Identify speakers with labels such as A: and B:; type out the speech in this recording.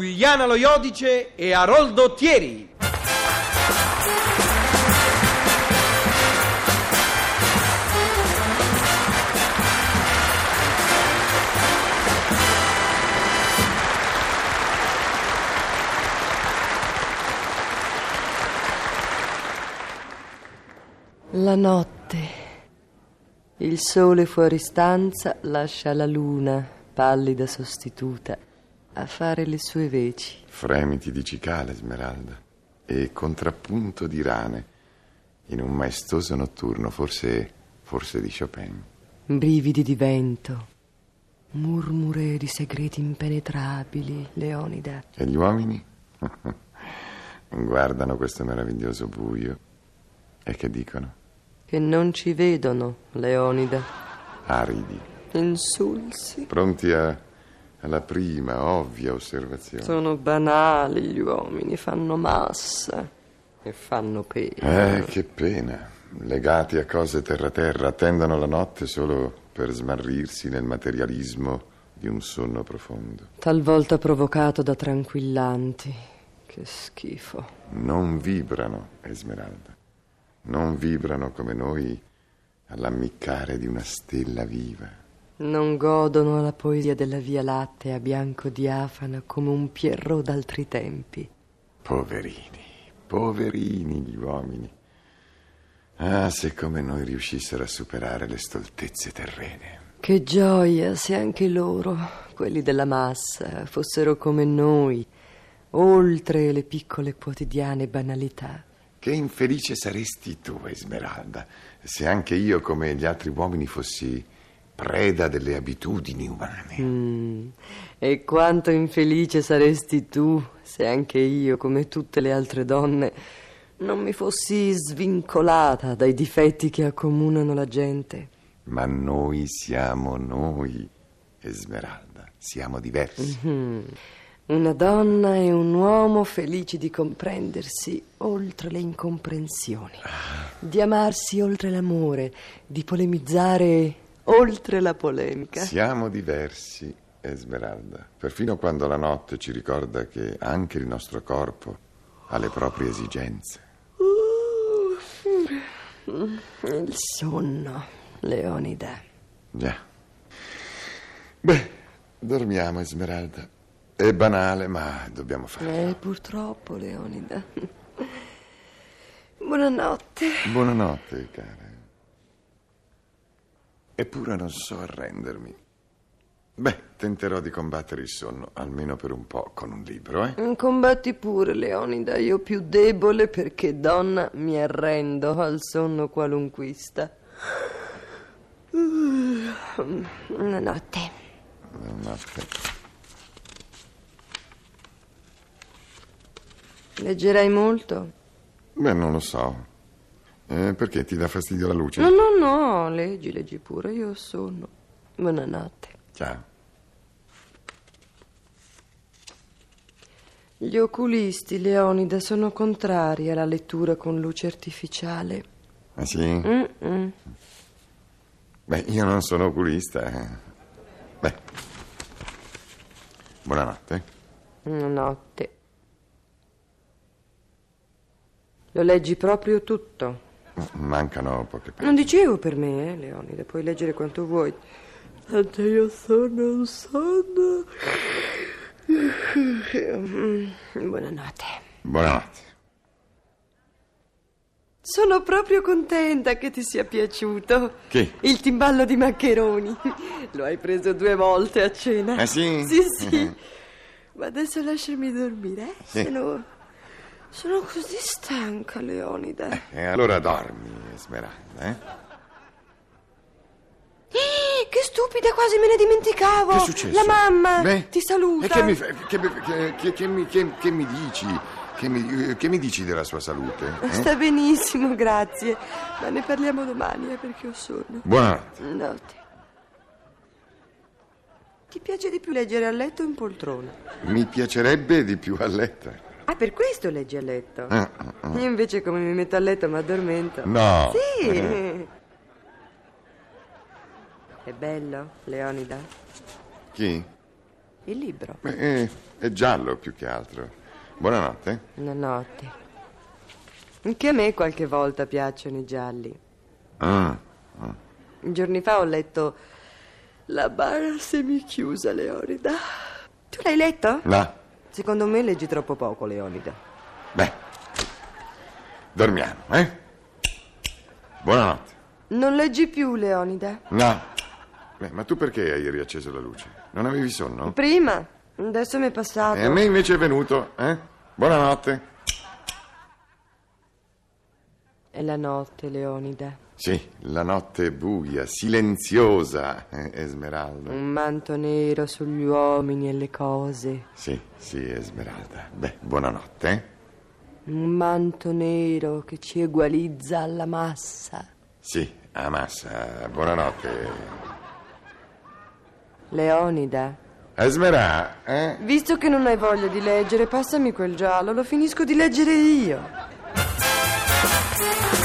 A: Giuliana Loiodice e Aroldo Thieri.
B: La notte. Il sole fuori stanza lascia la luna, pallida sostituta, a fare le sue veci.
C: Fremiti di cicale, Smeralda, e contrappunto di rane, in un maestoso notturno, forse, forse di Chopin.
B: Brividi di vento, murmure di segreti impenetrabili, Leonida.
C: E gli uomini? Guardano questo meraviglioso buio e che dicono?
B: Che non ci vedono, Leonida.
C: Aridi,
B: Insulsi.
C: Ah, pronti a- alla prima ovvia osservazione.
B: Sono banali gli uomini, fanno massa e fanno pena.
C: Eh, che pena. Legati a cose terra-terra, attendono la notte solo per smarrirsi nel materialismo di un sonno profondo.
B: Talvolta provocato da tranquillanti. Che schifo.
C: Non vibrano, Esmeralda. Non vibrano come noi all'ammiccare di una stella viva.
B: Non godono la poesia della Via Lattea bianco diafana come un Pierrot d'altri tempi.
C: Poverini, poverini gli uomini. Ah, se come noi riuscissero a superare le stoltezze terrene.
B: Che gioia se anche loro, quelli della massa, fossero come noi, oltre le piccole quotidiane banalità.
C: Che infelice saresti tu, Esmeralda, se anche io, come gli altri uomini, fossi preda delle abitudini umane.
B: Mm. E quanto infelice saresti tu se anche io, come tutte le altre donne, non mi fossi svincolata dai difetti che accomunano la gente.
C: Ma noi siamo noi, Esmeralda, siamo diversi.
B: Mm. Una donna e un uomo felici di comprendersi oltre le incomprensioni, di amarsi oltre l'amore, di polemizzare oltre la polemica.
C: Siamo diversi, Esmeralda. Perfino quando la notte ci ricorda che anche il nostro corpo ha le proprie esigenze.
B: Il sonno, Leonida.
C: Già. Beh, dormiamo, Esmeralda. È banale, ma dobbiamo farlo.
B: Eh, purtroppo, Leonida. Buonanotte.
C: Buonanotte, cara. Eppure non so arrendermi. Beh, tenterò di combattere il sonno, almeno per un po', con un libro, eh?
B: Mm, Combatti pure, Leonida, io più debole perché donna mi arrendo al sonno qualunquista. Buonanotte.
C: Buonanotte.
B: Leggerai molto?
C: Beh, non lo so. Eh, perché ti dà fastidio la luce?
B: No, no, no, leggi, leggi pure, io sono. Buonanotte.
C: Ciao.
B: Gli oculisti, Leonida, sono contrari alla lettura con luce artificiale.
C: Ah sì?
B: Mm-mm.
C: Beh, io non sono oculista. eh. Beh. Buonanotte.
B: Buonanotte. Lo leggi proprio tutto.
C: Mancano poche pagine.
B: Non dicevo per me, eh, Leonida, puoi leggere quanto vuoi. Tanto io sono un sonno. Mm, Buonanotte.
C: Buonanotte.
B: Sono proprio contenta che ti sia piaciuto.
C: Che?
B: Il timballo di maccheroni. Lo hai preso due volte a cena.
C: Ah, sì? eh.
B: Sì, sì. Ma adesso lasciami dormire, eh?
C: Sì.
B: Sono... sono così stanca, Leonida.
C: E allora dormi, Esmeralda, eh?
B: Oh, Eh, Che stupida, quasi me ne dimenticavo.
C: Che è successo?
B: La mamma
C: Beh,
B: ti saluta.
C: E che mi, fa- che, che- che- che mi- che- che mi dici? Che mi, che mi dici della sua salute? eh?
B: Sta benissimo, grazie. Ma ne parliamo domani, eh, perché ho sonno.
C: Buonanotte.
B: Notte. Ti piace di più leggere a letto o in poltrona?
C: Mi piacerebbe di più a letto. Eh,
B: Ah, per questo leggi a letto.
C: Ah, ah,
B: Io invece come mi metto a letto mi addormento.
C: No.
B: Sì. È bello, Leonida.
C: Chi?
B: Il libro.
C: Beh, è, è giallo più che altro. Buonanotte.
B: Notte. Anche a me qualche volta piacciono i gialli.
C: Ah,
B: Giorni fa ho letto La bara semichiusa, Leonida. Tu l'hai letto?
C: no.
B: Secondo me leggi troppo poco, Leonida.
C: Beh, dormiamo, eh? Buonanotte.
B: Non leggi più, Leonida.
C: No. Beh, ma tu perché hai riacceso la luce? Non avevi sonno?
B: Prima, adesso mi è passato.
C: E a me invece è venuto, eh? Buonanotte.
B: È la notte, Leonida.
C: Sì, la notte è buia, silenziosa, eh, Esmeralda.
B: Un manto nero sugli uomini e le cose.
C: Sì, sì, Esmeralda. Beh, buonanotte, eh?
B: Un manto nero che ci egualizza alla massa.
C: Sì, a massa, buonanotte.
B: Leonida,
C: Esmerà, eh?
B: visto che non hai voglia di leggere, passami quel giallo, lo finisco di leggere io.